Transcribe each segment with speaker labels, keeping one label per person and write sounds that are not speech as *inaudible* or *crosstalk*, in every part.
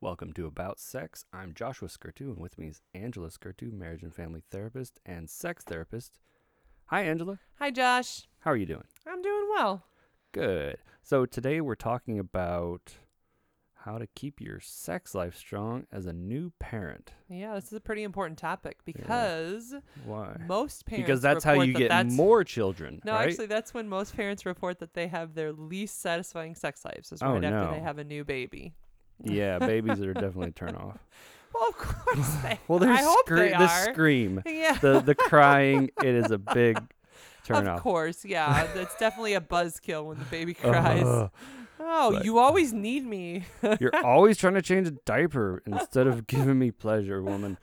Speaker 1: Welcome to About Sex. I'm Joshua Skirtu, and with me is Angela Skirtu, marriage and family therapist and sex therapist. Hi, Angela.
Speaker 2: Hi, Josh.
Speaker 1: How are you doing?
Speaker 2: I'm doing well.
Speaker 1: Good. So, today we're talking about how to keep your sex life strong as a new parent.
Speaker 2: Yeah, this is a pretty important topic because
Speaker 1: Why?
Speaker 2: most parents
Speaker 1: Because that's how
Speaker 2: report
Speaker 1: you
Speaker 2: that
Speaker 1: get
Speaker 2: that's-
Speaker 1: more children,
Speaker 2: No,
Speaker 1: right?
Speaker 2: actually, *laughs* that's when most parents report that they have their least satisfying sex lives. Is
Speaker 1: Oh,
Speaker 2: right after
Speaker 1: no.
Speaker 2: they have a new baby.
Speaker 1: yeah, babies are definitely a turn
Speaker 2: *laughs*
Speaker 1: off.
Speaker 2: Well,
Speaker 1: *laughs*
Speaker 2: of course they.
Speaker 1: Well,
Speaker 2: I
Speaker 1: there's
Speaker 2: hope they
Speaker 1: the
Speaker 2: are.
Speaker 1: scream,
Speaker 2: *laughs* yeah.
Speaker 1: the the crying. it is a big turn
Speaker 2: of
Speaker 1: off. *laughs*
Speaker 2: course, yeah. That's definitely a buzzkill when the baby
Speaker 1: Uh-huh.
Speaker 2: cries.
Speaker 1: Ugh.
Speaker 2: oh,
Speaker 1: But-
Speaker 2: you always need me.
Speaker 1: You're always trying to change a diaper instead of giving me pleasure,
Speaker 2: *laughs*
Speaker 1: woman.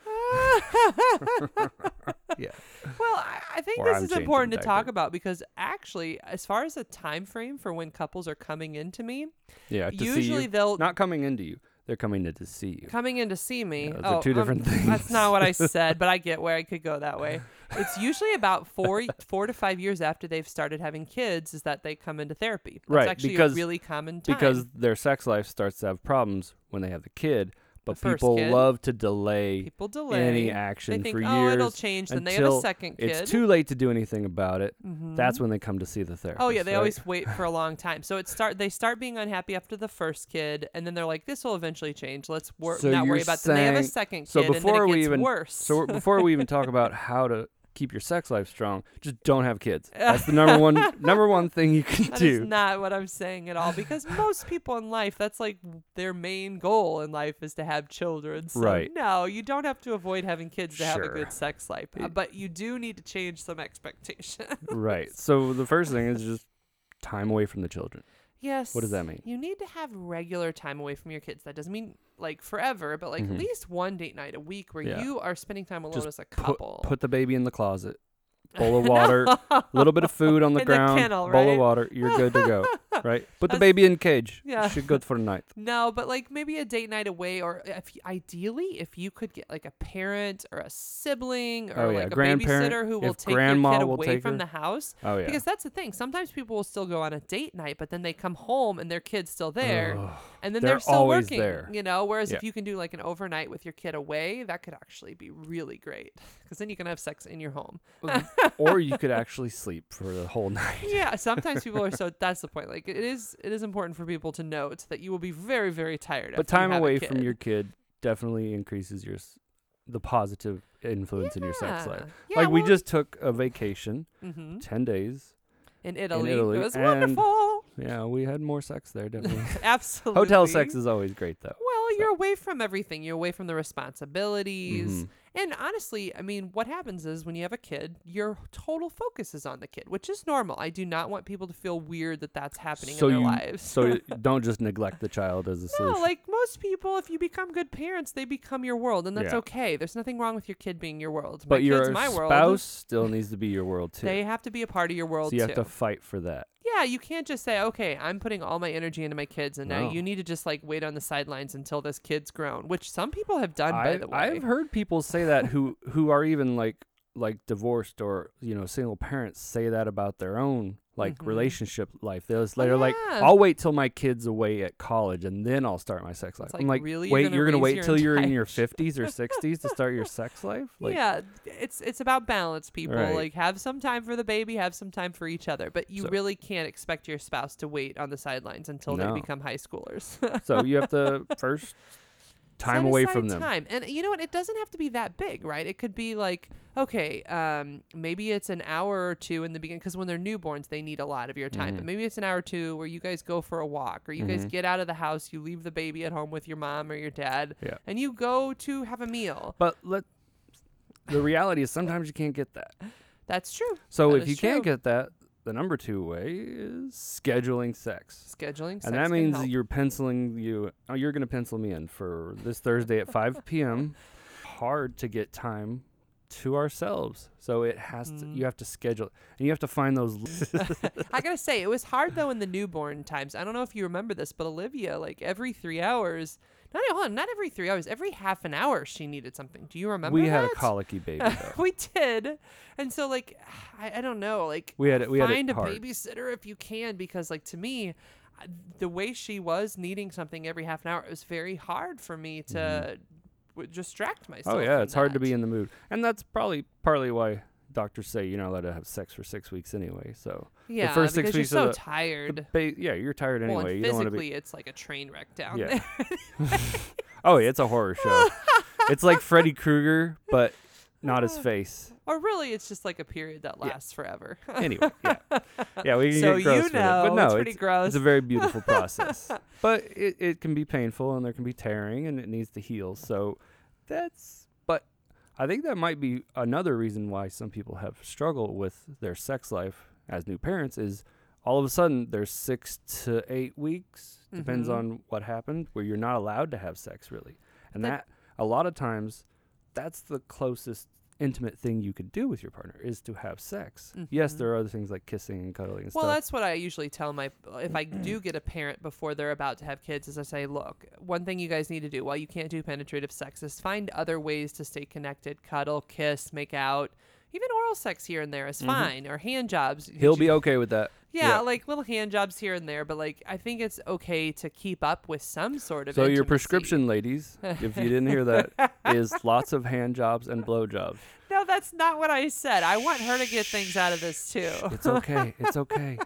Speaker 1: Yeah.
Speaker 2: Well, I, I think
Speaker 1: Or
Speaker 2: this
Speaker 1: I'm
Speaker 2: is
Speaker 1: changing
Speaker 2: important to
Speaker 1: diaper.
Speaker 2: talk about because actually, as far as the time frame for when couples are coming into me,
Speaker 1: Yeah, to
Speaker 2: usually
Speaker 1: see you.
Speaker 2: they'll
Speaker 1: Not coming into you. They're coming in to see you.
Speaker 2: coming in to see me.
Speaker 1: Yeah, those
Speaker 2: oh,
Speaker 1: are two
Speaker 2: um,
Speaker 1: different *laughs*
Speaker 2: That's
Speaker 1: things.
Speaker 2: not what I said, but I get where I could go that way. It's usually
Speaker 1: *laughs*
Speaker 2: about four four to five years after they've started having kids is that they come into therapy. That's
Speaker 1: Right,
Speaker 2: actually
Speaker 1: because-
Speaker 2: a really common time.
Speaker 1: Because their sex life starts to have problems when they have the kid, but
Speaker 2: first
Speaker 1: people
Speaker 2: kid.
Speaker 1: love to delay
Speaker 2: people delay
Speaker 1: any action
Speaker 2: they think,
Speaker 1: for
Speaker 2: oh,
Speaker 1: years
Speaker 2: it'll change. Then they have a
Speaker 1: until
Speaker 2: second kid. Mm-hmm.
Speaker 1: It's too late to do anything about it. That's when they come to see the therapist.
Speaker 2: Oh yeah, they
Speaker 1: right?
Speaker 2: always wait for a
Speaker 1: *laughs*
Speaker 2: long time. So it start they start being unhappy after the first kid, and then they're like, "This will eventually change. Let's wor-
Speaker 1: So
Speaker 2: not
Speaker 1: you're
Speaker 2: worry about." Then they have a
Speaker 1: saying-
Speaker 2: second kid,
Speaker 1: so before
Speaker 2: and then it
Speaker 1: we
Speaker 2: gets
Speaker 1: even-
Speaker 2: worse.
Speaker 1: So we're- before we even talk about how to keep your sex life strong, just don't have kids. That's the
Speaker 2: *laughs*
Speaker 1: number one number one thing you can
Speaker 2: That is
Speaker 1: do.
Speaker 2: not what I'm saying at all because
Speaker 1: *sighs*
Speaker 2: most people in life, that's like their main goal in life is to have children. So
Speaker 1: Right.
Speaker 2: no, you don't have to avoid having kids to have a
Speaker 1: Sure.
Speaker 2: good sex life. Uh, but you do need to change some *laughs* expectations.
Speaker 1: right. So the first thing is just time away from the children.
Speaker 2: yes.
Speaker 1: What does that mean?
Speaker 2: You need to have regular time away from your kids. That doesn't mean like forever, but like
Speaker 1: Mhm.
Speaker 2: at least one date night a week where
Speaker 1: Yeah.
Speaker 2: you are spending time alone
Speaker 1: Just
Speaker 2: as a
Speaker 1: Put,
Speaker 2: couple.
Speaker 1: put the baby in the closet. Bowl of
Speaker 2: *laughs*
Speaker 1: water, a little bit of food on the
Speaker 2: In the
Speaker 1: ground,
Speaker 2: kennel,
Speaker 1: bowl of
Speaker 2: right?
Speaker 1: water, you're good to
Speaker 2: *laughs*
Speaker 1: go. Right? Put the
Speaker 2: That's-
Speaker 1: baby in cage.
Speaker 2: Yeah.
Speaker 1: She's good for a night.
Speaker 2: No, but like maybe a date night away, or eh, if you, ideally, if you could get like a parent or a sibling or
Speaker 1: Oh, yeah,
Speaker 2: like a
Speaker 1: grandparent,
Speaker 2: babysitter who will
Speaker 1: if
Speaker 2: take
Speaker 1: grandma
Speaker 2: your kid
Speaker 1: will
Speaker 2: away
Speaker 1: take
Speaker 2: from
Speaker 1: her.
Speaker 2: the house.
Speaker 1: Oh yeah.
Speaker 2: Because that's the thing. Sometimes people will still go on a date night, but then they come home and their kid's still there,
Speaker 1: Ugh.
Speaker 2: and then
Speaker 1: They're
Speaker 2: they're, still
Speaker 1: always
Speaker 2: working.
Speaker 1: there.
Speaker 2: You know, whereas
Speaker 1: Yeah.
Speaker 2: if you can do like an overnight with your kid away, that could actually be really great because then you can have sex in your home.
Speaker 1: or you could actually sleep for the whole night.
Speaker 2: yeah sometimes people are so that's the point like it is it is important for people to note that you will be very very tired
Speaker 1: But
Speaker 2: after you
Speaker 1: time
Speaker 2: have a
Speaker 1: away
Speaker 2: kid.
Speaker 1: from your kid definitely increases your s- the positive influence in your sex
Speaker 2: Yeah.
Speaker 1: life.
Speaker 2: Yeah,
Speaker 1: like we
Speaker 2: well,
Speaker 1: just took a vacation,
Speaker 2: mhm.
Speaker 1: 10 days.
Speaker 2: in, Italy.
Speaker 1: Italy,
Speaker 2: it was
Speaker 1: and-
Speaker 2: wonderful *laughs*
Speaker 1: Yeah, we had more sex there, definitely.
Speaker 2: absolutely
Speaker 1: Hotel sex is always great though.
Speaker 2: well
Speaker 1: so-
Speaker 2: you're away from everything you're away from the responsibilities
Speaker 1: Mhm.
Speaker 2: and honestly i mean what happens is when you have a kid your total focus is on the kid which is normal i do not want people to feel weird that that's happening
Speaker 1: So
Speaker 2: in their
Speaker 1: you-
Speaker 2: lives *laughs*
Speaker 1: So don't just neglect the child as a
Speaker 2: No,
Speaker 1: solution.
Speaker 2: like most people, if you become good parents, they become your world, and that's
Speaker 1: Yeah.
Speaker 2: okay. There's nothing wrong with your kid being your world.
Speaker 1: but
Speaker 2: my
Speaker 1: your
Speaker 2: kid's my
Speaker 1: spouse
Speaker 2: world.
Speaker 1: still needs to be your
Speaker 2: *laughs*
Speaker 1: world too.
Speaker 2: They have to be a part of your world
Speaker 1: so you
Speaker 2: too.
Speaker 1: have to fight for that.
Speaker 2: yeah, you can't just say, "Okay, I'm putting all my energy into my kids," and
Speaker 1: No.
Speaker 2: now you need to just like wait on the sidelines until this kid's grown, which some people have done. by
Speaker 1: I,
Speaker 2: the way,
Speaker 1: I've heard people say that who who are even like like divorced or you know single parents say that about their own like
Speaker 2: Mhm.
Speaker 1: relationship life. They're, just- they're like,
Speaker 2: yeah.
Speaker 1: I'll wait till my kid's away at college and then I'll start my sex life.
Speaker 2: like,
Speaker 1: I'm like,
Speaker 2: really? You're
Speaker 1: wait,
Speaker 2: gonna
Speaker 1: you're gonna
Speaker 2: raise
Speaker 1: wait
Speaker 2: your
Speaker 1: till you're in
Speaker 2: entire-
Speaker 1: your
Speaker 2: *laughs*
Speaker 1: 50s or 60s to start your sex life? Like,
Speaker 2: yeah, it's it's about balance, people.
Speaker 1: Right.
Speaker 2: Like have some time for the baby, have some time for each other, but you
Speaker 1: So-
Speaker 2: really can't expect your spouse to wait on the sidelines until
Speaker 1: No.
Speaker 2: they become high schoolers.
Speaker 1: So you have
Speaker 2: *laughs*
Speaker 1: to first time
Speaker 2: Set
Speaker 1: away
Speaker 2: aside
Speaker 1: from them.
Speaker 2: Time. And you know what? It doesn't have to be that big, right? It could be like, okay, um, maybe it's an hour or two in the beginning because when they're newborns, they need a lot of your
Speaker 1: Mm-hmm.
Speaker 2: time. But maybe it's an hour or two where you guys go for a walk or you guys get out of the house, you leave the baby at home with your mom or your dad,
Speaker 1: Yeah.
Speaker 2: and you go to have a meal.
Speaker 1: But let the reality is sometimes you can't get that.
Speaker 2: That's true.
Speaker 1: So
Speaker 2: That
Speaker 1: if
Speaker 2: is
Speaker 1: you can't
Speaker 2: true.
Speaker 1: get that, the number two way is scheduling sex.
Speaker 2: Scheduling, sex
Speaker 1: and that
Speaker 2: can
Speaker 1: means
Speaker 2: help.
Speaker 1: you're penciling you oh, you're gonna pencil me in for this Thursday at
Speaker 2: *laughs*
Speaker 1: five PM. Hard to get time to ourselves. So it has to
Speaker 2: Mm.
Speaker 1: you have to schedule and you have to find those
Speaker 2: *laughs*
Speaker 1: li-
Speaker 2: I gotta say, it was hard though in the newborn times. I don't know if you remember this, but Olivia, like every three hours, not hold on, not every three hours, every half an hour, she needed something. Do you
Speaker 1: *laughs*
Speaker 2: remember?
Speaker 1: we had a
Speaker 2: that?
Speaker 1: colicky baby though.
Speaker 2: *laughs* we did, and so like, *sighs* I, I don't know, like
Speaker 1: We had it we had
Speaker 2: find
Speaker 1: it
Speaker 2: a
Speaker 1: hard.
Speaker 2: babysitter if you can, because like to me. I- the way she was needing something every half an hour, it was very hard for me to w- distract
Speaker 1: Mm-hmm.
Speaker 2: myself.
Speaker 1: Oh yeah,
Speaker 2: from
Speaker 1: it's hard to
Speaker 2: that.
Speaker 1: be in the mood, and that's probably partly why doctors say you're not allowed to have sex for six weeks anyway. So
Speaker 2: Yeah,
Speaker 1: first six
Speaker 2: because
Speaker 1: weeks of the-
Speaker 2: you're so
Speaker 1: the the
Speaker 2: tired.
Speaker 1: ba- yeah, you're tired anyway.
Speaker 2: well, and
Speaker 1: you don't want to
Speaker 2: physically,
Speaker 1: be.
Speaker 2: it's like a train wreck down
Speaker 1: Yeah.
Speaker 2: there. *laughs*
Speaker 1: *laughs* Oh, yeah, it's a horror show. it's like Freddy Krueger, but not
Speaker 2: *laughs*
Speaker 1: his face.
Speaker 2: or really, it's just like a period that
Speaker 1: Yeah.
Speaker 2: lasts forever.
Speaker 1: Anyway, yeah, yeah, we can
Speaker 2: So
Speaker 1: get gross
Speaker 2: you
Speaker 1: with it, but
Speaker 2: know
Speaker 1: no,
Speaker 2: it's pretty gross.
Speaker 1: It's a very beautiful
Speaker 2: *laughs*
Speaker 1: process, but it, it can be painful and there can be tearing and it needs to heal. So that's. But I think that might be another reason why some people have struggled with their sex life as new parents is all of a sudden there's six to eight weeks depends
Speaker 2: Mhm.
Speaker 1: on what happened where you're not allowed to have sex really, and
Speaker 2: That-
Speaker 1: that a lot of times that's the closest intimate thing you could do with your partner is to have sex. Yes, there are other things like kissing and cuddling and
Speaker 2: Well,
Speaker 1: stuff.
Speaker 2: that's what I usually tell my if I do get a parent before they're about to have kids is I say, look, one thing you guys need to do while you can't do penetrative sex is find other ways to stay connected, cuddle, kiss, make out, even oral sex here and there is fine or hand jobs.
Speaker 1: Mm-hmm. He'll be okay with that.
Speaker 2: yeah, like little hand jobs here and there, but like I think it's okay to keep up with some sort of.
Speaker 1: So your
Speaker 2: intimacy.
Speaker 1: prescription, ladies, if you didn't hear
Speaker 2: *laughs*
Speaker 1: that, is lots of hand jobs and blow jobs.
Speaker 2: No, that's not what I said. I want her to get things out of
Speaker 1: *laughs*
Speaker 2: this too.
Speaker 1: It's okay.
Speaker 2: *laughs*
Speaker 1: It's okay.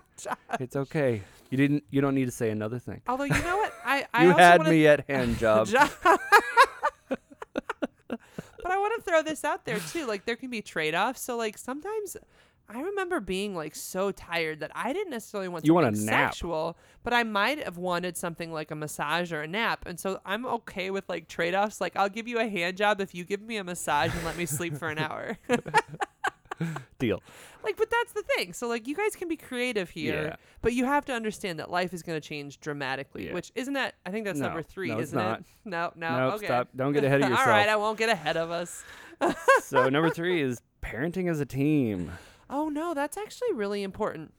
Speaker 1: it's okay. You didn't. You don't need to say another thing.
Speaker 2: Although you know what, I I
Speaker 1: you
Speaker 2: also
Speaker 1: had
Speaker 2: wanna *laughs*
Speaker 1: me at hand job.
Speaker 2: job. *laughs* but I want to throw this out there too. Like there can be trade offs. So like sometimes I remember being like so tired that I didn't necessarily want
Speaker 1: You want a
Speaker 2: something
Speaker 1: nap.
Speaker 2: sexual, but I might have wanted something like a massage or a nap. And so I'm okay with like trade offs. Like I'll give you a hand job if you give me a massage and let me sleep for an hour. *laughs*
Speaker 1: Deal.
Speaker 2: like but that's the thing so like you guys can be creative here
Speaker 1: Yeah.
Speaker 2: but you have to understand that life is going to change dramatically
Speaker 1: Yeah.
Speaker 2: which isn't that i think that's
Speaker 1: No.
Speaker 2: number three
Speaker 1: No, it's
Speaker 2: isn't
Speaker 1: not.
Speaker 2: it no no
Speaker 1: Nope,
Speaker 2: okay
Speaker 1: stop. Don't get ahead of
Speaker 2: *laughs* all
Speaker 1: yourself.
Speaker 2: right i won't get ahead of us
Speaker 1: So number
Speaker 2: *laughs*
Speaker 1: three is parenting as a team.
Speaker 2: oh no that's actually really important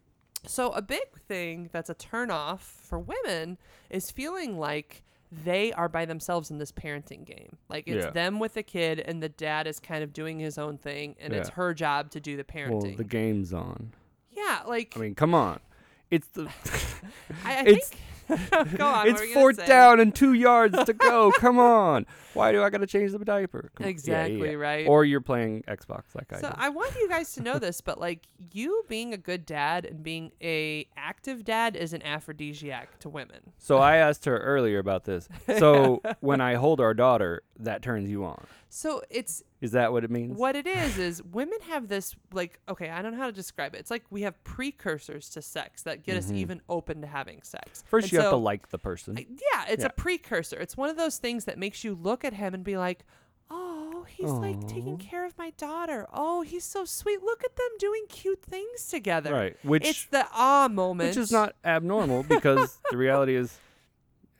Speaker 2: so a big thing that's a turnoff for women is feeling like they are by themselves in this parenting game like it's
Speaker 1: Yeah.
Speaker 2: them with the kid and the dad is kind of doing his own thing and it's
Speaker 1: Yeah.
Speaker 2: her job to do the
Speaker 1: Well,
Speaker 2: parenting
Speaker 1: the game's on.
Speaker 2: yeah like
Speaker 1: I mean, come on. It's
Speaker 2: *laughs*
Speaker 1: the. *laughs*
Speaker 2: I, I
Speaker 1: it's-
Speaker 2: think *laughs* go on what were
Speaker 1: it's
Speaker 2: you gonna
Speaker 1: fourth
Speaker 2: say?
Speaker 1: down and two yards to go.
Speaker 2: *laughs*
Speaker 1: Come on. Why do I got to change the diaper? Come on. Yeah, yeah,
Speaker 2: Exactly,
Speaker 1: yeah.
Speaker 2: right?
Speaker 1: Or you're playing Xbox like I
Speaker 2: So
Speaker 1: do.
Speaker 2: I want you guys to know this, but like you being a good dad and being a active dad is an aphrodisiac to women.
Speaker 1: So I asked her earlier about this. So
Speaker 2: *laughs*
Speaker 1: when I hold our daughter, that turns you on.
Speaker 2: So it's
Speaker 1: Is that what it means?
Speaker 2: what it is is women have this like okay, I don't know how to describe it. It's like we have precursors to sex that get us even open to having sex.
Speaker 1: Mm-hmm. First,
Speaker 2: And
Speaker 1: you have to
Speaker 2: so-
Speaker 1: like the person.
Speaker 2: Yeah, it's
Speaker 1: Yeah.
Speaker 2: a precursor. It's one of those things that makes you look at him and be like, "Oh, he's like taking care of my daughter. Oh, he's so sweet. Look at them doing cute things together."
Speaker 1: right. Which
Speaker 2: it's the ah moment.
Speaker 1: which is not
Speaker 2: *laughs*
Speaker 1: abnormal because the reality is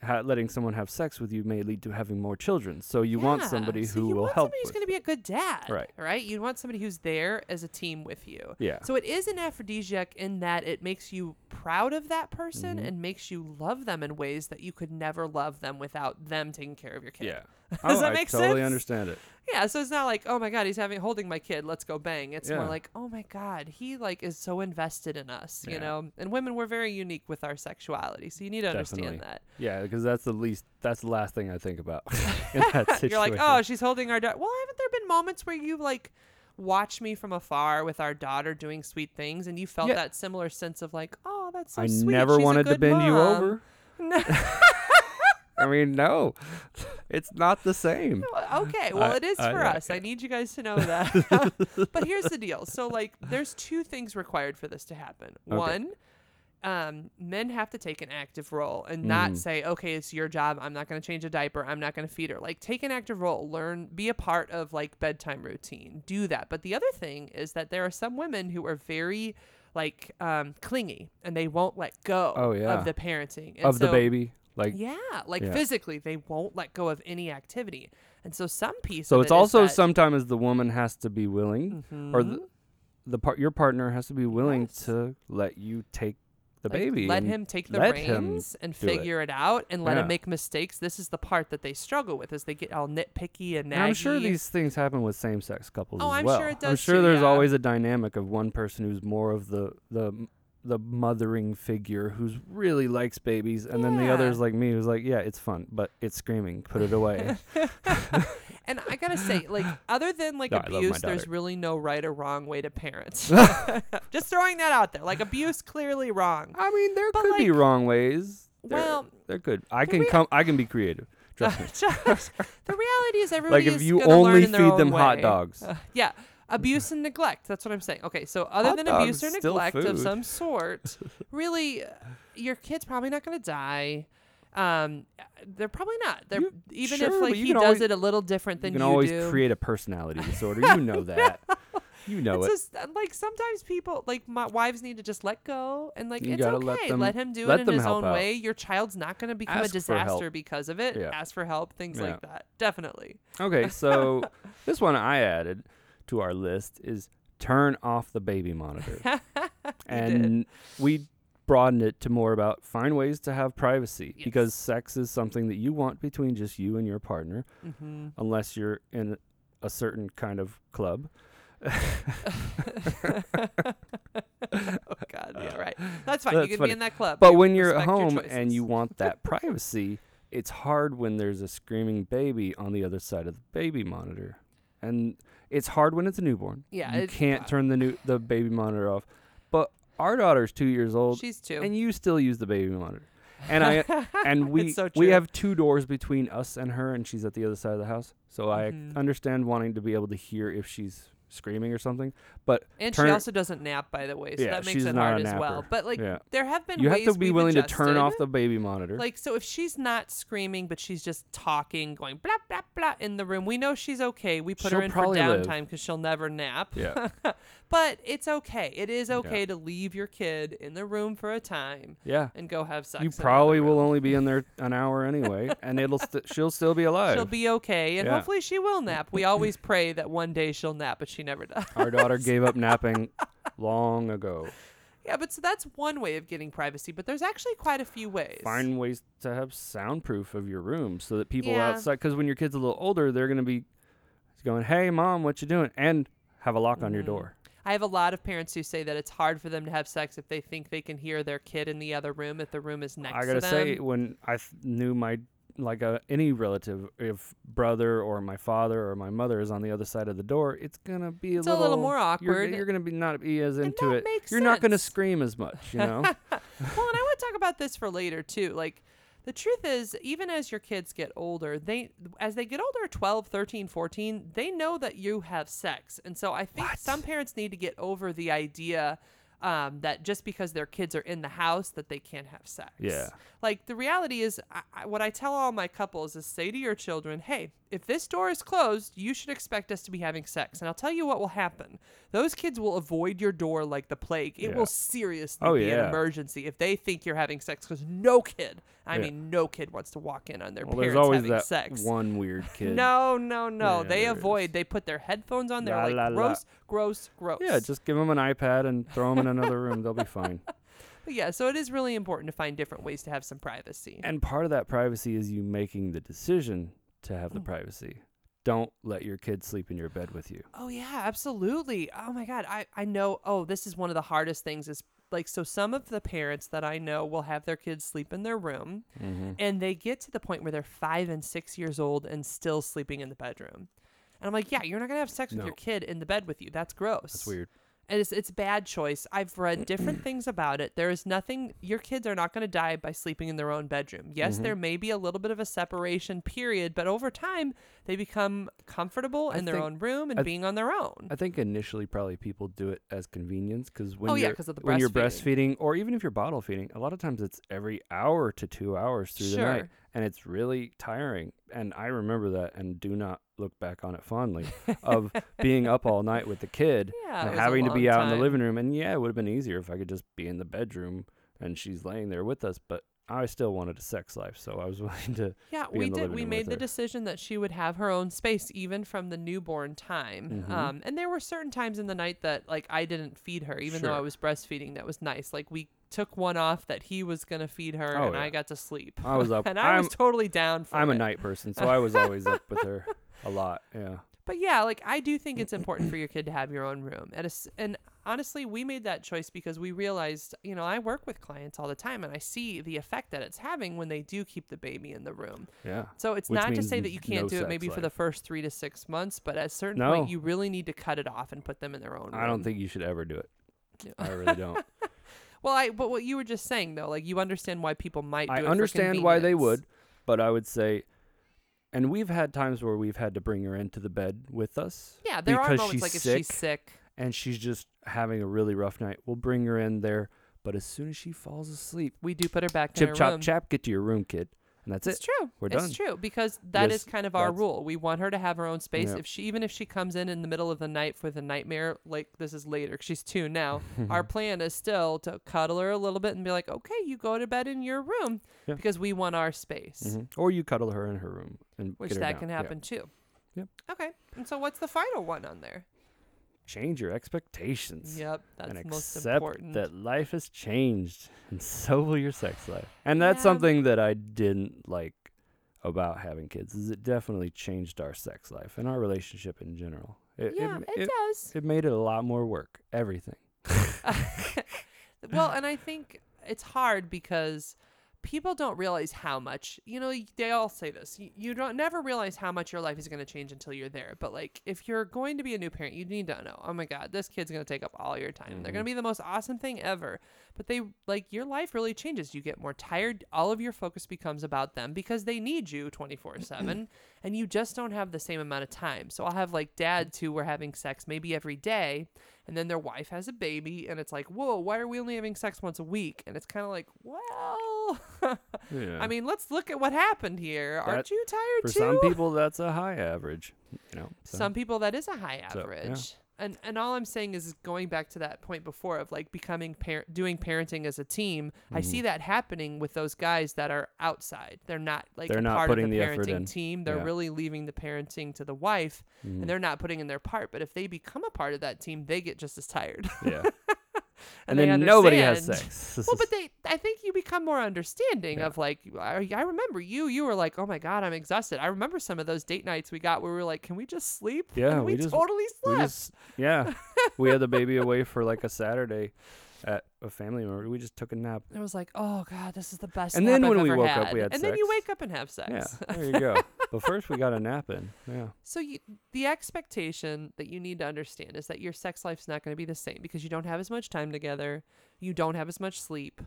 Speaker 1: ha- letting someone have sex with you may lead to having more children. So you want
Speaker 2: Yeah,
Speaker 1: somebody
Speaker 2: so
Speaker 1: who
Speaker 2: you
Speaker 1: will
Speaker 2: want
Speaker 1: help.
Speaker 2: Somebody who's
Speaker 1: with
Speaker 2: going to be a good dad,
Speaker 1: Right.
Speaker 2: Right. You want somebody who's there as a team with you.
Speaker 1: Yeah.
Speaker 2: So it is an aphrodisiac in that it makes you proud of that person
Speaker 1: Mm-hmm.
Speaker 2: and makes you love them in ways that you could never love them without them taking care of your kid.
Speaker 1: Yeah. *laughs*
Speaker 2: Does
Speaker 1: Oh,
Speaker 2: that
Speaker 1: I
Speaker 2: make
Speaker 1: totally
Speaker 2: sense?
Speaker 1: understand it.
Speaker 2: Yeah, so it's not like, oh my god, he's having holding my kid, let's go bang. It's more
Speaker 1: Yeah.
Speaker 2: like, oh my god, he like is so invested in us, you
Speaker 1: Yeah.
Speaker 2: know. And women we're very unique with our sexuality, so you need to understand
Speaker 1: Definitely.
Speaker 2: that.
Speaker 1: Yeah, because that's the least. That's the last thing I think
Speaker 2: *laughs*
Speaker 1: about *laughs* in that situation.
Speaker 2: You're like, oh, she's holding our daughter. Well, haven't there been moments where you like watch me from afar with our daughter doing sweet things, and you felt
Speaker 1: Yeah.
Speaker 2: that similar sense of like, oh, that's so
Speaker 1: I
Speaker 2: sweet.
Speaker 1: never
Speaker 2: She's a
Speaker 1: wanted to
Speaker 2: good
Speaker 1: bend you
Speaker 2: mom."
Speaker 1: over.
Speaker 2: *laughs* No.
Speaker 1: *laughs* I mean, no, it's not the same.
Speaker 2: okay, *laughs* well,
Speaker 1: I-
Speaker 2: it is
Speaker 1: I-
Speaker 2: for
Speaker 1: I-
Speaker 2: us. I need you guys to know that.
Speaker 1: *laughs*
Speaker 2: *laughs* but here's the deal. So, like, there's two things required for this to happen. One, um, men have to take an active role and
Speaker 1: Mm.
Speaker 2: not say, okay, it's your job. I'm not going to change a diaper. I'm not going to feed her. Like, take an active role. Learn, be a part of like bedtime routine. Do that. But the other thing is that there are some women who are very like um, clingy and they won't let go
Speaker 1: Oh, yeah.
Speaker 2: of the parenting and
Speaker 1: Of the
Speaker 2: so-
Speaker 1: baby, like
Speaker 2: yeah, like
Speaker 1: Yeah.
Speaker 2: physically, they won't let go of any activity, and so some piece.
Speaker 1: so.
Speaker 2: of
Speaker 1: It's
Speaker 2: it is
Speaker 1: also
Speaker 2: that- Mm-hmm.
Speaker 1: sometimes the woman has to be willing, or the, the part your partner has to be willing
Speaker 2: Yes.
Speaker 1: to let you take the
Speaker 2: like,
Speaker 1: baby.
Speaker 2: Let
Speaker 1: and
Speaker 2: him take the
Speaker 1: let him
Speaker 2: reins and
Speaker 1: do it.
Speaker 2: figure it. out, and let
Speaker 1: Yeah.
Speaker 2: him make mistakes. This is the part that they struggle with, is they get all nitpicky and naggy.
Speaker 1: And I'm sure these things happen with same-sex couples
Speaker 2: Oh,
Speaker 1: as
Speaker 2: I'm
Speaker 1: well.
Speaker 2: sure it
Speaker 1: I'm
Speaker 2: does
Speaker 1: sure
Speaker 2: too,
Speaker 1: there's
Speaker 2: yeah.
Speaker 1: always a dynamic of one person who's more of the the the mothering figure who's really likes babies, and then the
Speaker 2: Yeah.
Speaker 1: other's like me who's like, yeah, it's fun, but it's screaming. Put it
Speaker 2: *laughs*
Speaker 1: away.
Speaker 2: And I gotta say,
Speaker 1: *laughs*
Speaker 2: like, other than like
Speaker 1: No, I love my
Speaker 2: abuse, there's
Speaker 1: daughter.
Speaker 2: really no right or wrong way
Speaker 1: *laughs*
Speaker 2: to parent. *laughs* Just throwing that out there. Like abuse, clearly wrong.
Speaker 1: I mean, there
Speaker 2: But,
Speaker 1: could be
Speaker 2: like,
Speaker 1: wrong ways. There,
Speaker 2: well,
Speaker 1: there could. I
Speaker 2: the
Speaker 1: can
Speaker 2: rea-
Speaker 1: come. I can be
Speaker 2: *laughs*
Speaker 1: creative. Trust me.
Speaker 2: Just- the reality is, everybody
Speaker 1: Like if
Speaker 2: is
Speaker 1: you
Speaker 2: gonna learn
Speaker 1: only
Speaker 2: in their
Speaker 1: feed
Speaker 2: own
Speaker 1: them hot
Speaker 2: way. *laughs*
Speaker 1: dogs,
Speaker 2: Uh, yeah, abuse and neglect. That's what I'm saying. Okay, so other
Speaker 1: Hot
Speaker 2: than abuse or
Speaker 1: dogs, still
Speaker 2: neglect of
Speaker 1: food. *laughs*
Speaker 2: some sort, really, uh, your kid's probably not gonna die. Um, they're probably not. They're
Speaker 1: You-
Speaker 2: even
Speaker 1: sure,
Speaker 2: if
Speaker 1: but
Speaker 2: like
Speaker 1: you
Speaker 2: he
Speaker 1: can
Speaker 2: does
Speaker 1: always-
Speaker 2: it a little different
Speaker 1: you
Speaker 2: than
Speaker 1: can always
Speaker 2: do.
Speaker 1: create a personality disorder. You
Speaker 2: *laughs*
Speaker 1: know that. You know
Speaker 2: it's
Speaker 1: it.
Speaker 2: just uh, like sometimes people like my wives need to just let go and like
Speaker 1: You
Speaker 2: it's
Speaker 1: gotta
Speaker 2: okay.
Speaker 1: let
Speaker 2: Let,
Speaker 1: them-
Speaker 2: him do
Speaker 1: let
Speaker 2: it in
Speaker 1: them
Speaker 2: his
Speaker 1: help
Speaker 2: own
Speaker 1: out.
Speaker 2: way. Your child's not going to become
Speaker 1: Ask
Speaker 2: a
Speaker 1: for help.
Speaker 2: disaster because of it.
Speaker 1: Yeah.
Speaker 2: Ask for help, things
Speaker 1: Yeah.
Speaker 2: like that. Definitely. *laughs*
Speaker 1: Okay, so this one I added to our list is turn off the baby monitor. and we broadened it to more about find ways to have privacy
Speaker 2: Yes.
Speaker 1: because sex is something that you want between just you and your partner,
Speaker 2: Mm-hmm.
Speaker 1: unless you're in a certain kind of club.
Speaker 2: *laughs* oh God, yeah, right. That's fine.
Speaker 1: That's
Speaker 2: you can
Speaker 1: funny.
Speaker 2: be in that club.
Speaker 1: But
Speaker 2: I
Speaker 1: when you're at
Speaker 2: respect your
Speaker 1: home and you
Speaker 2: choices.
Speaker 1: want
Speaker 2: *laughs*
Speaker 1: that privacy, it's hard when there's a screaming baby on the other side of the baby monitor. And it's hard when it's a newborn.
Speaker 2: Yeah, uh,
Speaker 1: You
Speaker 2: it's-
Speaker 1: can't turn the new the baby monitor off. But our daughter's 2 years old
Speaker 2: she's two.
Speaker 1: and you still use the baby monitor. And
Speaker 2: *laughs*
Speaker 1: I and we
Speaker 2: It's so
Speaker 1: we
Speaker 2: true.
Speaker 1: have two doors between us and her and she's at the other side of the house. So
Speaker 2: Mhm.
Speaker 1: I understand wanting to be able to hear if she's screaming or something, but
Speaker 2: And
Speaker 1: turn-
Speaker 2: she also doesn't nap, by the way, so
Speaker 1: Yeah,
Speaker 2: that makes
Speaker 1: she's
Speaker 2: it
Speaker 1: not
Speaker 2: hard
Speaker 1: a
Speaker 2: as well.
Speaker 1: napper.
Speaker 2: But like,
Speaker 1: Yeah.
Speaker 2: there have been
Speaker 1: you have
Speaker 2: ways
Speaker 1: to be
Speaker 2: we've
Speaker 1: willing to turn
Speaker 2: adjusted.
Speaker 1: off the baby monitor.
Speaker 2: Like, so if she's not screaming, but she's just talking, going blah, blah, blah in the room, we know she's okay. We put
Speaker 1: She'll
Speaker 2: her in for
Speaker 1: probably live.
Speaker 2: downtime because she'll never nap.
Speaker 1: Yeah.
Speaker 2: *laughs* but it's okay. It is okay to leave your kid in the room for a time
Speaker 1: yeah.
Speaker 2: and go have sex.
Speaker 1: You
Speaker 2: in another
Speaker 1: probably will
Speaker 2: room.
Speaker 1: only be in there an hour anyway, and it'll st- she'll still be alive.
Speaker 2: She'll be okay, and
Speaker 1: Oh. Yeah.
Speaker 2: hopefully she will nap. We always pray that one day she'll nap, but she never *laughs* does.
Speaker 1: *laughs* Our daughter gave up
Speaker 2: *laughs*
Speaker 1: napping long ago.
Speaker 2: yeah, but so that's one way of getting privacy. But there's actually quite a few ways.
Speaker 1: Find ways to have soundproof of your room so that people
Speaker 2: Yeah.
Speaker 1: outside, because when your kid's a little older, they're gonna be going, "Hey, mom, what you doing?" and have a lock on
Speaker 2: Mm-hmm.
Speaker 1: your door.
Speaker 2: I have a lot of parents who say that it's hard for them to have sex if they think they can hear their kid in the other room if the room is next
Speaker 1: I
Speaker 2: to
Speaker 1: gotta
Speaker 2: them.
Speaker 1: say, when I th- knew my like uh, any relative, if brother or my father or my mother is on the other side of the door, it's gonna be
Speaker 2: It's a little more
Speaker 1: you're-
Speaker 2: awkward.
Speaker 1: You're, gonna be not be as into
Speaker 2: that
Speaker 1: it.
Speaker 2: makes
Speaker 1: you're not gonna
Speaker 2: sense.
Speaker 1: scream as much, you
Speaker 2: *laughs*
Speaker 1: know.
Speaker 2: well, and I want to talk about this for later too. Like the truth is, even as your kids get older, they as they get older, 12, 13, 14, they know that you have sex. And so I think some parents need to get over the idea um, that just because their kids are in the house that they can't have sex.
Speaker 1: Yeah.
Speaker 2: Like the reality is, I, I, what I tell all my couples is say to your children, hey, if this door is closed, you should expect us to be having sex. And I'll tell you what will happen. Those kids will avoid your door like the plague. It
Speaker 1: Yeah.
Speaker 2: will seriously
Speaker 1: Oh,
Speaker 2: be an
Speaker 1: yeah.
Speaker 2: emergency if they think you're having sex because no kid, I
Speaker 1: Yeah.
Speaker 2: mean, no kid wants to walk in on their
Speaker 1: Well,
Speaker 2: parents
Speaker 1: there's always
Speaker 2: having
Speaker 1: that
Speaker 2: sex.
Speaker 1: one
Speaker 2: *laughs*
Speaker 1: weird kid.
Speaker 2: No, no, no.
Speaker 1: Yeah,
Speaker 2: they
Speaker 1: there
Speaker 2: avoid. They put their headphones on. They're
Speaker 1: La,
Speaker 2: like,
Speaker 1: la, la.
Speaker 2: gross, gross, gross.
Speaker 1: Yeah, just give them an iPad and throw them in another room. They'll be fine.
Speaker 2: *laughs* But yeah, so it is really important to find different ways to have some privacy.
Speaker 1: And part of that privacy is you making the decision to have the
Speaker 2: Mm.
Speaker 1: privacy. Don't let your kid sleep in your bed with you.
Speaker 2: Oh yeah, absolutely. Oh my god, I I know. Oh, this is one of the hardest things is like so some of the parents that I know will have their kids sleep in their room and they get to the point where they're 5 and 6 years old and still sleeping in the bedroom. And I'm like, "Yeah, you're not going to have sex with
Speaker 1: No.
Speaker 2: your kid in the bed with you. That's gross."
Speaker 1: It's weird.
Speaker 2: And it's it's a bad choice. I've
Speaker 1: *clears throat*
Speaker 2: read different things about it. There is nothing your kids are not going to die by sleeping in their own bedroom. Yes,
Speaker 1: Mm-hmm.
Speaker 2: there may be a little bit of a separation period, but over time they become comfortable in their
Speaker 1: think-
Speaker 2: own room and
Speaker 1: I-
Speaker 2: being on their own.
Speaker 1: I think initially probably people do it as convenience because when
Speaker 2: Oh, yeah,
Speaker 1: you're
Speaker 2: 'cause of the
Speaker 1: when you're breastfeeding
Speaker 2: breastfeeding.
Speaker 1: or even if you're bottle feeding, a lot of times it's every hour to two hours through the night,
Speaker 2: Sure.
Speaker 1: and it's really tiring. And I remember that and do not look back on it
Speaker 2: *laughs*
Speaker 1: fondly of being up all night with the kid
Speaker 2: Yeah, Uh, it
Speaker 1: and
Speaker 2: was a
Speaker 1: having to be
Speaker 2: long
Speaker 1: out in
Speaker 2: time.
Speaker 1: the living room. And yeah, it would have been easier if I could just be in the bedroom and she's laying there with us, but. I still wanted a sex life, so I was *laughs* willing to.
Speaker 2: Yeah,
Speaker 1: be
Speaker 2: we
Speaker 1: in the
Speaker 2: did.
Speaker 1: living
Speaker 2: We
Speaker 1: room with
Speaker 2: made the
Speaker 1: her.
Speaker 2: decision that she would have her own space, even from the newborn time.
Speaker 1: Mm-hmm.
Speaker 2: Um, and there were certain times in the night that, like, I didn't feed her, even though I
Speaker 1: Sure.
Speaker 2: was breastfeeding. That was nice. Like, we took one off that he was gonna feed her,
Speaker 1: Oh,
Speaker 2: and
Speaker 1: yeah.
Speaker 2: I got to sleep.
Speaker 1: I was up.
Speaker 2: *laughs* and I
Speaker 1: I'm,
Speaker 2: was totally down for
Speaker 1: I'm a
Speaker 2: it.
Speaker 1: night person, so I was always up with
Speaker 2: *laughs*
Speaker 1: her a lot. Yeah.
Speaker 2: But yeah, like I do think it's important for your kid to have your own room. At a s and honestly, we made that choice because we realized, you know, I work with clients all the time and I see the effect that it's having when they do keep the baby in the room.
Speaker 1: Yeah.
Speaker 2: So it's
Speaker 1: Which
Speaker 2: not to
Speaker 1: means
Speaker 2: say that
Speaker 1: n-
Speaker 2: you can't
Speaker 1: no
Speaker 2: do it
Speaker 1: sex
Speaker 2: maybe for
Speaker 1: life.
Speaker 2: the first three to six months, but at a certain
Speaker 1: No.
Speaker 2: point, you really need to cut it off and put them in their own room.
Speaker 1: I don't think you should ever do it.
Speaker 2: Yeah.
Speaker 1: I really
Speaker 2: *laughs*
Speaker 1: don't.
Speaker 2: Well, I but what you were just saying though, like you understand why people might. Do it
Speaker 1: I
Speaker 2: for
Speaker 1: understand why they would,
Speaker 2: convenience.
Speaker 1: but I would say, and we've had times where we've had to bring her into the bed with us.
Speaker 2: Yeah, there are
Speaker 1: because
Speaker 2: moments
Speaker 1: she's
Speaker 2: like if she's sick.
Speaker 1: and she's just having a really rough night. We'll bring her in there, but as soon as she falls asleep,
Speaker 2: We do put her back in
Speaker 1: chip
Speaker 2: her
Speaker 1: chop
Speaker 2: room.
Speaker 1: chap, get to your room, kid, and that's
Speaker 2: It's
Speaker 1: it.
Speaker 2: true.
Speaker 1: We're done.
Speaker 2: It's true because that is
Speaker 1: Yes,
Speaker 2: kind of our
Speaker 1: that's-
Speaker 2: rule. We want her to have her own space.
Speaker 1: Yeah.
Speaker 2: If she even if she comes in in the middle of the night with a nightmare, like this is later. 'cause She's
Speaker 1: *laughs*
Speaker 2: two now. our plan is still to cuddle her a little bit and be like, okay, you go to bed in your room
Speaker 1: Yeah.
Speaker 2: because we want our space,
Speaker 1: Mhm. Or you cuddle her in her room and
Speaker 2: which
Speaker 1: get her
Speaker 2: that
Speaker 1: down.
Speaker 2: can
Speaker 1: Yeah.
Speaker 2: happen too.
Speaker 1: Yep.
Speaker 2: Okay. And so what's the final one on there?
Speaker 1: Change your expectations.
Speaker 2: Yep. That's
Speaker 1: and
Speaker 2: most
Speaker 1: accept
Speaker 2: important.
Speaker 1: that life has changed, and *laughs* so will your sex life. And that's
Speaker 2: Yeah.
Speaker 1: something that I didn't like about having kids. Is it definitely changed our sex life and our relationship in general? It,
Speaker 2: yeah,
Speaker 1: it,
Speaker 2: it
Speaker 1: it,
Speaker 2: does.
Speaker 1: *laughs* it made it a lot more work. Everything.
Speaker 2: well, and I think it's hard because people don't realize how much. You know, y- they all say this. You, you don't never realize how much your life is going to change until you're there. But like, if you're going to be a new parent, you need to know. Oh my God, this kid's going to take up all your time. They're
Speaker 1: Mm-hmm.
Speaker 2: going to be the most awesome thing ever. But they like your life really changes. You get more tired. All of your focus becomes about them because they need you
Speaker 1: *clears throat*
Speaker 2: 24 seven, and you just don't have the same amount of time. So I'll have like dads who were having sex maybe every day, and then their wife has a baby, and it's like, whoa, why are we only having sex once a week? And it's kind of like, well, *laughs*
Speaker 1: Yeah.
Speaker 2: I mean, let's look at what happened here. Aren't
Speaker 1: That-
Speaker 2: you tired
Speaker 1: for
Speaker 2: too?
Speaker 1: some people that's a high average you know so-
Speaker 2: some people that is a high
Speaker 1: So, yeah.
Speaker 2: average and and all i'm saying is going back to that point before of like becoming parent doing parenting as a team i see
Speaker 1: Mm-hmm.
Speaker 2: that happening with those guys that are outside they're not like
Speaker 1: They're
Speaker 2: a
Speaker 1: not
Speaker 2: part
Speaker 1: putting
Speaker 2: of the,
Speaker 1: the
Speaker 2: parenting
Speaker 1: effort in.
Speaker 2: team they're
Speaker 1: Yeah. Mm-hmm.
Speaker 2: really leaving the parenting to the wife and they're not putting in their part but if they become a part of that team they get just
Speaker 1: *laughs*
Speaker 2: as tired
Speaker 1: yeah
Speaker 2: *laughs* and
Speaker 1: and,
Speaker 2: they
Speaker 1: then nobody has
Speaker 2: understand.
Speaker 1: sex *laughs*
Speaker 2: well but they i think you become more understanding
Speaker 1: Yeah.
Speaker 2: of like I, I remember you you were like oh my god i'm exhausted i remember some of those date nights we got where we were like can we just sleep
Speaker 1: Yeah,
Speaker 2: and we,
Speaker 1: we just-
Speaker 2: totally
Speaker 1: we
Speaker 2: slept
Speaker 1: just yeah we had the baby away for like a saturday at a family member we just took a nap
Speaker 2: I was like, oh god, this is the best.
Speaker 1: And
Speaker 2: nap
Speaker 1: then
Speaker 2: I've
Speaker 1: when we
Speaker 2: ever
Speaker 1: woke up, we had
Speaker 2: and then you
Speaker 1: sex.
Speaker 2: wake up and have sex.
Speaker 1: yeah there you
Speaker 2: *laughs*
Speaker 1: go but first we got a nap in yeah
Speaker 2: So you, the expectation that you need to understand is that your sex life's not going to be the same because you don't have as much time together, you don't have as much sleep,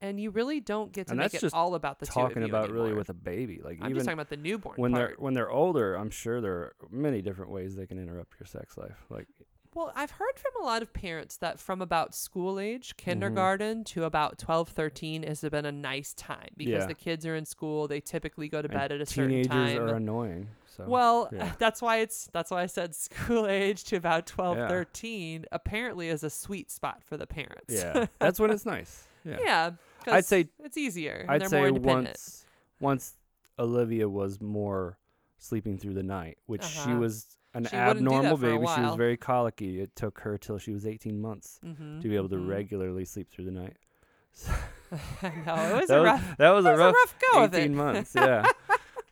Speaker 2: and you really don't get to
Speaker 1: And
Speaker 2: make
Speaker 1: that's
Speaker 2: it
Speaker 1: just
Speaker 2: all about the two
Speaker 1: talking
Speaker 2: of you
Speaker 1: about really
Speaker 2: anymore.
Speaker 1: with a baby like
Speaker 2: I'm just
Speaker 1: even
Speaker 2: talking about the newborn
Speaker 1: when
Speaker 2: part.
Speaker 1: they're when they're older i'm sure there are many different ways they can interrupt your sex life like
Speaker 2: Well, I've heard from a lot of parents that from about school age,
Speaker 1: Mm-hmm.
Speaker 2: kindergarten to about 12, 13 has been a nice time because
Speaker 1: Yeah.
Speaker 2: the kids are in school. They typically go to
Speaker 1: and
Speaker 2: bed at a certain
Speaker 1: teenagers
Speaker 2: time.
Speaker 1: are annoying so
Speaker 2: Well, *laughs*
Speaker 1: yeah.
Speaker 2: that's why it's that's why I said school *laughs* age to about 12,
Speaker 1: Yeah.
Speaker 2: 13 apparently is a sweet spot for the parents.
Speaker 1: yeah that's when it's
Speaker 2: *laughs*
Speaker 1: nice yeah
Speaker 2: yeah. 'cause
Speaker 1: say-
Speaker 2: it's easier. and
Speaker 1: I'd
Speaker 2: they're
Speaker 1: say
Speaker 2: more independent.
Speaker 1: once once Olivia was more sleeping through the night, which she
Speaker 2: Uh-huh.
Speaker 1: was an
Speaker 2: She wouldn't do that
Speaker 1: abnormal
Speaker 2: for a
Speaker 1: baby. She was
Speaker 2: while.
Speaker 1: very colicky. It took her till she was 18 months
Speaker 2: Mhm,
Speaker 1: to be able to
Speaker 2: mhm. *laughs*
Speaker 1: regularly sleep through the night. *laughs*
Speaker 2: no, it was
Speaker 1: that,
Speaker 2: a
Speaker 1: was,
Speaker 2: rough,
Speaker 1: that was
Speaker 2: it
Speaker 1: a
Speaker 2: was
Speaker 1: rough,
Speaker 2: go of
Speaker 1: 18
Speaker 2: it.
Speaker 1: months.
Speaker 2: *laughs*
Speaker 1: Yeah.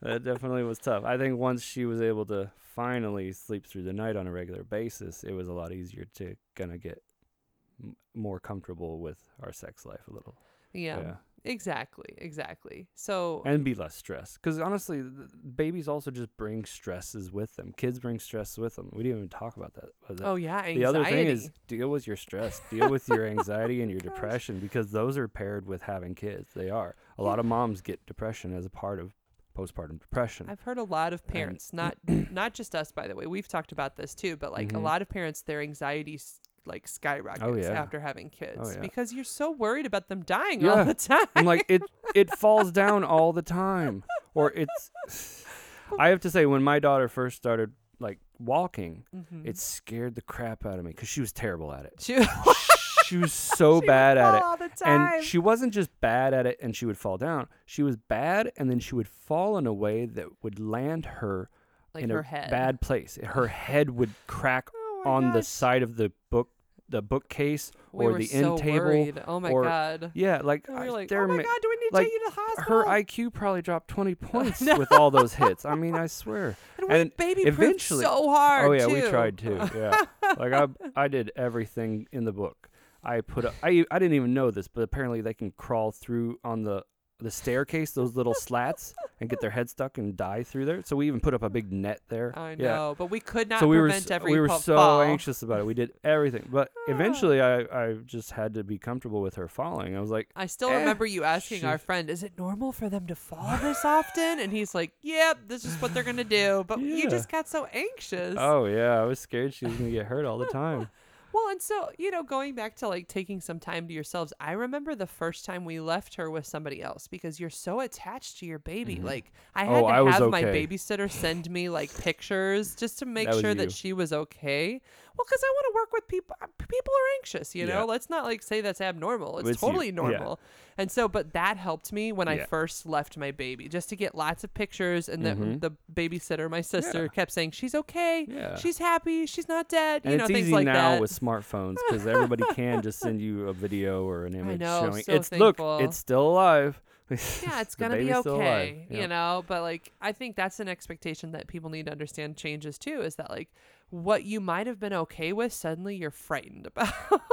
Speaker 1: that definitely was tough. I think once she was able to finally sleep through the night on a regular basis, it was a lot easier to kind of get m- more comfortable with our sex life a little.
Speaker 2: Yeah,
Speaker 1: yeah.
Speaker 2: exactly, exactly. So
Speaker 1: and be less stressed because honestly th- babies also just bring stresses with them kids bring stress with them we didn't even talk about that but that-
Speaker 2: oh yeah, anxiety.
Speaker 1: the other thing is deal with your stress deal with your anxiety and your
Speaker 2: *laughs* Gosh.
Speaker 1: depression because those are paired with having kids they are a lot of moms get depression as a part of postpartum depression
Speaker 2: I've heard a lot of
Speaker 1: *clears throat*
Speaker 2: parents, not not just us, by the way. We've talked about this too, but like a
Speaker 1: Mhm.
Speaker 2: lot of parents, their anxiety s- like skyrockets
Speaker 1: Oh, yeah. Oh,
Speaker 2: after having kids
Speaker 1: yeah.
Speaker 2: because you're so worried about them dying
Speaker 1: Yeah.
Speaker 2: all the *laughs* time.
Speaker 1: I'm like it it falls down all the time. Or it's
Speaker 2: *laughs*
Speaker 1: I have to say when my daughter first started like walking,
Speaker 2: Mm-hmm.
Speaker 1: it scared the crap out of me cuz she was terrible at it.
Speaker 2: She
Speaker 1: *laughs*
Speaker 2: would
Speaker 1: She
Speaker 2: *laughs*
Speaker 1: was so bad at it.
Speaker 2: fall all the time.
Speaker 1: And she wasn't just bad at it and she would fall down. She was bad and then she would fall in a way that would land her
Speaker 2: like
Speaker 1: in
Speaker 2: her
Speaker 1: a
Speaker 2: head.
Speaker 1: bad place. Her head would crack
Speaker 2: *laughs* Oh my
Speaker 1: on the
Speaker 2: gosh.
Speaker 1: side of the book the bookcase
Speaker 2: We
Speaker 1: or
Speaker 2: were
Speaker 1: the
Speaker 2: so
Speaker 1: end table.
Speaker 2: worried. Oh my
Speaker 1: or-
Speaker 2: god.
Speaker 1: Yeah, like,
Speaker 2: And we
Speaker 1: I-
Speaker 2: were like,
Speaker 1: they're
Speaker 2: oh my
Speaker 1: ma-
Speaker 2: god, do we need to
Speaker 1: like,
Speaker 2: take you to the hospital?
Speaker 1: her IQ probably dropped
Speaker 2: *laughs*
Speaker 1: 20 points with all those hits. I mean, I swear.
Speaker 2: and we
Speaker 1: and
Speaker 2: baby proofed
Speaker 1: eventually-
Speaker 2: so hard.
Speaker 1: oh yeah,
Speaker 2: too.
Speaker 1: we tried too.
Speaker 2: *laughs*
Speaker 1: Yeah, like I I did everything in the book. I put up, I I didn't even know this, but apparently they can crawl through on the the staircase, those little slats, and get their head stuck and die through there. So we even put up a big net there.
Speaker 2: I know,
Speaker 1: Yeah.
Speaker 2: but we could not
Speaker 1: so we were
Speaker 2: prevent
Speaker 1: s-
Speaker 2: every
Speaker 1: we were
Speaker 2: pu-
Speaker 1: so
Speaker 2: fall.
Speaker 1: anxious about it. We did everything,
Speaker 2: *sighs*
Speaker 1: but eventually I I just had to be comfortable with her falling. I was like,
Speaker 2: I still
Speaker 1: Eh,
Speaker 2: remember you asking our
Speaker 1: she's-
Speaker 2: friend, "Is it normal for them to fall this often?" And he's like, "Yep, this is what they're gonna do." But you
Speaker 1: Yeah.
Speaker 2: just got so anxious.
Speaker 1: oh yeah, I was scared she was gonna get hurt all the time.
Speaker 2: Well, and so you know, going back to like taking some time to yourselves, I remember the first time we left her with somebody else because you're so attached to your baby. Like I had
Speaker 1: Oh,
Speaker 2: to
Speaker 1: I
Speaker 2: have
Speaker 1: was
Speaker 2: my
Speaker 1: okay.
Speaker 2: babysitter send me like pictures just to make
Speaker 1: That was
Speaker 2: sure that
Speaker 1: you.
Speaker 2: she was okay. Well, because I want to work with people. uh, p- People are anxious, you know.
Speaker 1: Yeah.
Speaker 2: Let's not like say that's abnormal. It's
Speaker 1: With you,
Speaker 2: totally
Speaker 1: yeah.
Speaker 2: normal. And so, but that helped me when I
Speaker 1: Yeah.
Speaker 2: first left my baby, just to get lots of pictures. And the, the babysitter, my sister,
Speaker 1: Mm-hmm. Yeah.
Speaker 2: kept saying she's okay,
Speaker 1: Yeah.
Speaker 2: she's happy, she's not dead,
Speaker 1: And
Speaker 2: you know,
Speaker 1: it's
Speaker 2: things
Speaker 1: easy
Speaker 2: like
Speaker 1: now
Speaker 2: that.
Speaker 1: with smartphones because everybody can just send you a video or
Speaker 2: *laughs*
Speaker 1: an image
Speaker 2: know,
Speaker 1: showing
Speaker 2: so
Speaker 1: it's look,
Speaker 2: thankful.
Speaker 1: it's still alive. *laughs*
Speaker 2: yeah, it's
Speaker 1: The
Speaker 2: gonna be
Speaker 1: baby's still alive.
Speaker 2: okay,
Speaker 1: Yeah.
Speaker 2: you know. But like, I think that's an expectation that people need to understand changes too. Is that like what you might have been okay with, suddenly you're frightened *laughs* about.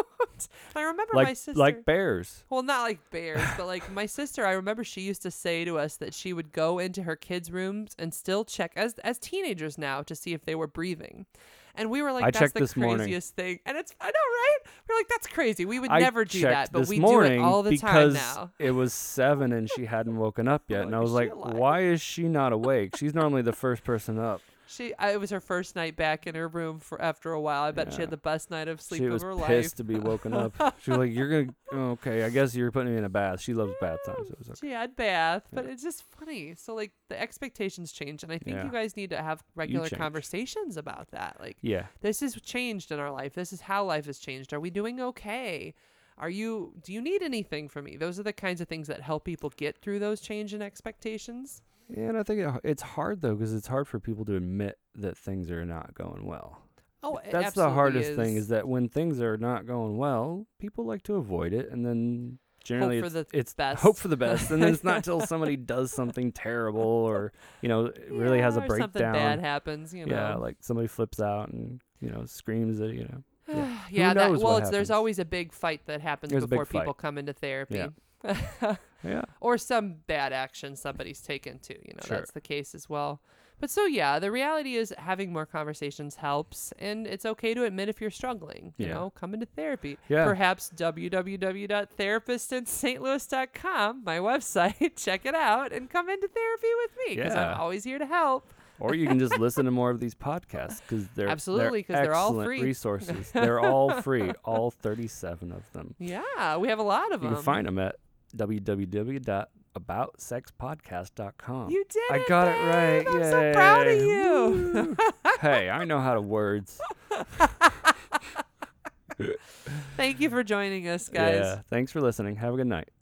Speaker 2: I remember
Speaker 1: like
Speaker 2: my sister.
Speaker 1: like bears.
Speaker 2: well, not like bears, but like my sister. I remember she used to say to us that she would go into her kids' rooms and still check as as teenagers now to see if they were breathing. And we were like,
Speaker 1: I
Speaker 2: "That's
Speaker 1: checked
Speaker 2: the
Speaker 1: this morning.
Speaker 2: craziest thing," and it's I know, right? We're like, "That's crazy. We would
Speaker 1: I
Speaker 2: never do
Speaker 1: checked
Speaker 2: that, but
Speaker 1: this
Speaker 2: we
Speaker 1: morning
Speaker 2: do it all the time
Speaker 1: because
Speaker 2: now."
Speaker 1: it was seven and she hadn't woken up
Speaker 2: *laughs*
Speaker 1: yet,
Speaker 2: I'm
Speaker 1: and
Speaker 2: like,
Speaker 1: I
Speaker 2: "Is
Speaker 1: was
Speaker 2: she
Speaker 1: like,
Speaker 2: alive?"
Speaker 1: why is she not awake? She's normally the first person up.
Speaker 2: She, I, it was her first night back in her room for after a while. I bet she
Speaker 1: Yeah.
Speaker 2: had the best night of *laughs* sleep
Speaker 1: she
Speaker 2: of
Speaker 1: was
Speaker 2: her
Speaker 1: pissed
Speaker 2: life.
Speaker 1: to be woken
Speaker 2: *laughs*
Speaker 1: up. She was like, "You're gonna oh, okay? I guess you're putting me in a bath." She loves bath time, so it was okay.
Speaker 2: She had bath, but it's just funny. So like the expectations change, and I think
Speaker 1: Yeah.
Speaker 2: you guys need to have regular
Speaker 1: change.
Speaker 2: conversations about that. Like
Speaker 1: Yeah,
Speaker 2: this has changed in our life. This is how life has changed. Are we doing okay? Are you? Do you need anything from me? Those are the kinds of things that help people get through those change in expectations.
Speaker 1: Yeah, and I think it, it's hard though because it's hard for people to admit that things are not going well.
Speaker 2: Oh,
Speaker 1: That's
Speaker 2: it
Speaker 1: the
Speaker 2: absolutely
Speaker 1: hardest thing
Speaker 2: is.
Speaker 1: is that when things are not going well, people like to avoid it and then generally
Speaker 2: for
Speaker 1: it's,
Speaker 2: the
Speaker 1: it's
Speaker 2: best.
Speaker 1: hope for the best and then it's not
Speaker 2: *laughs*
Speaker 1: till somebody does something terrible or you know really has a
Speaker 2: Yeah, or Something
Speaker 1: breakdown.
Speaker 2: bad happens. You know.
Speaker 1: yeah, like somebody flips out and you know screams at you know. Yeah.
Speaker 2: yeah,
Speaker 1: Who
Speaker 2: that,
Speaker 1: knows
Speaker 2: well,
Speaker 1: what
Speaker 2: it's, there's
Speaker 1: happens?
Speaker 2: always a big fight that happens
Speaker 1: There's a big
Speaker 2: before people
Speaker 1: fight.
Speaker 2: come into therapy,
Speaker 1: Yeah.
Speaker 2: or some bad action somebody's taken too. You know,
Speaker 1: Sure.
Speaker 2: that's the case as well. But so yeah, the reality is having more conversations helps, and it's okay to admit if you're struggling. You
Speaker 1: Yeah.
Speaker 2: know, come into therapy.
Speaker 1: Yeah.
Speaker 2: Perhaps www.therapistinstlouis.com, my website. *laughs* Check it out and come into therapy with me because I'm
Speaker 1: Yeah.
Speaker 2: always here to help.
Speaker 1: Or you can just listen to more of these podcasts because they're
Speaker 2: Absolutely, 'cause
Speaker 1: they're,
Speaker 2: they're all
Speaker 1: excellent
Speaker 2: free. *laughs*
Speaker 1: resources. They're all free, all 37 of them.
Speaker 2: Yeah, we have a lot of
Speaker 1: You
Speaker 2: them.
Speaker 1: can find them at www.aboutsexpodcast.com.
Speaker 2: You did
Speaker 1: I got it right.
Speaker 2: babe! I'm so proud of
Speaker 1: Yay.
Speaker 2: you.
Speaker 1: hey, I know how
Speaker 2: *laughs*
Speaker 1: to words.
Speaker 2: Thank you for joining us, guys.
Speaker 1: Yeah. Thanks for listening. Have a good night.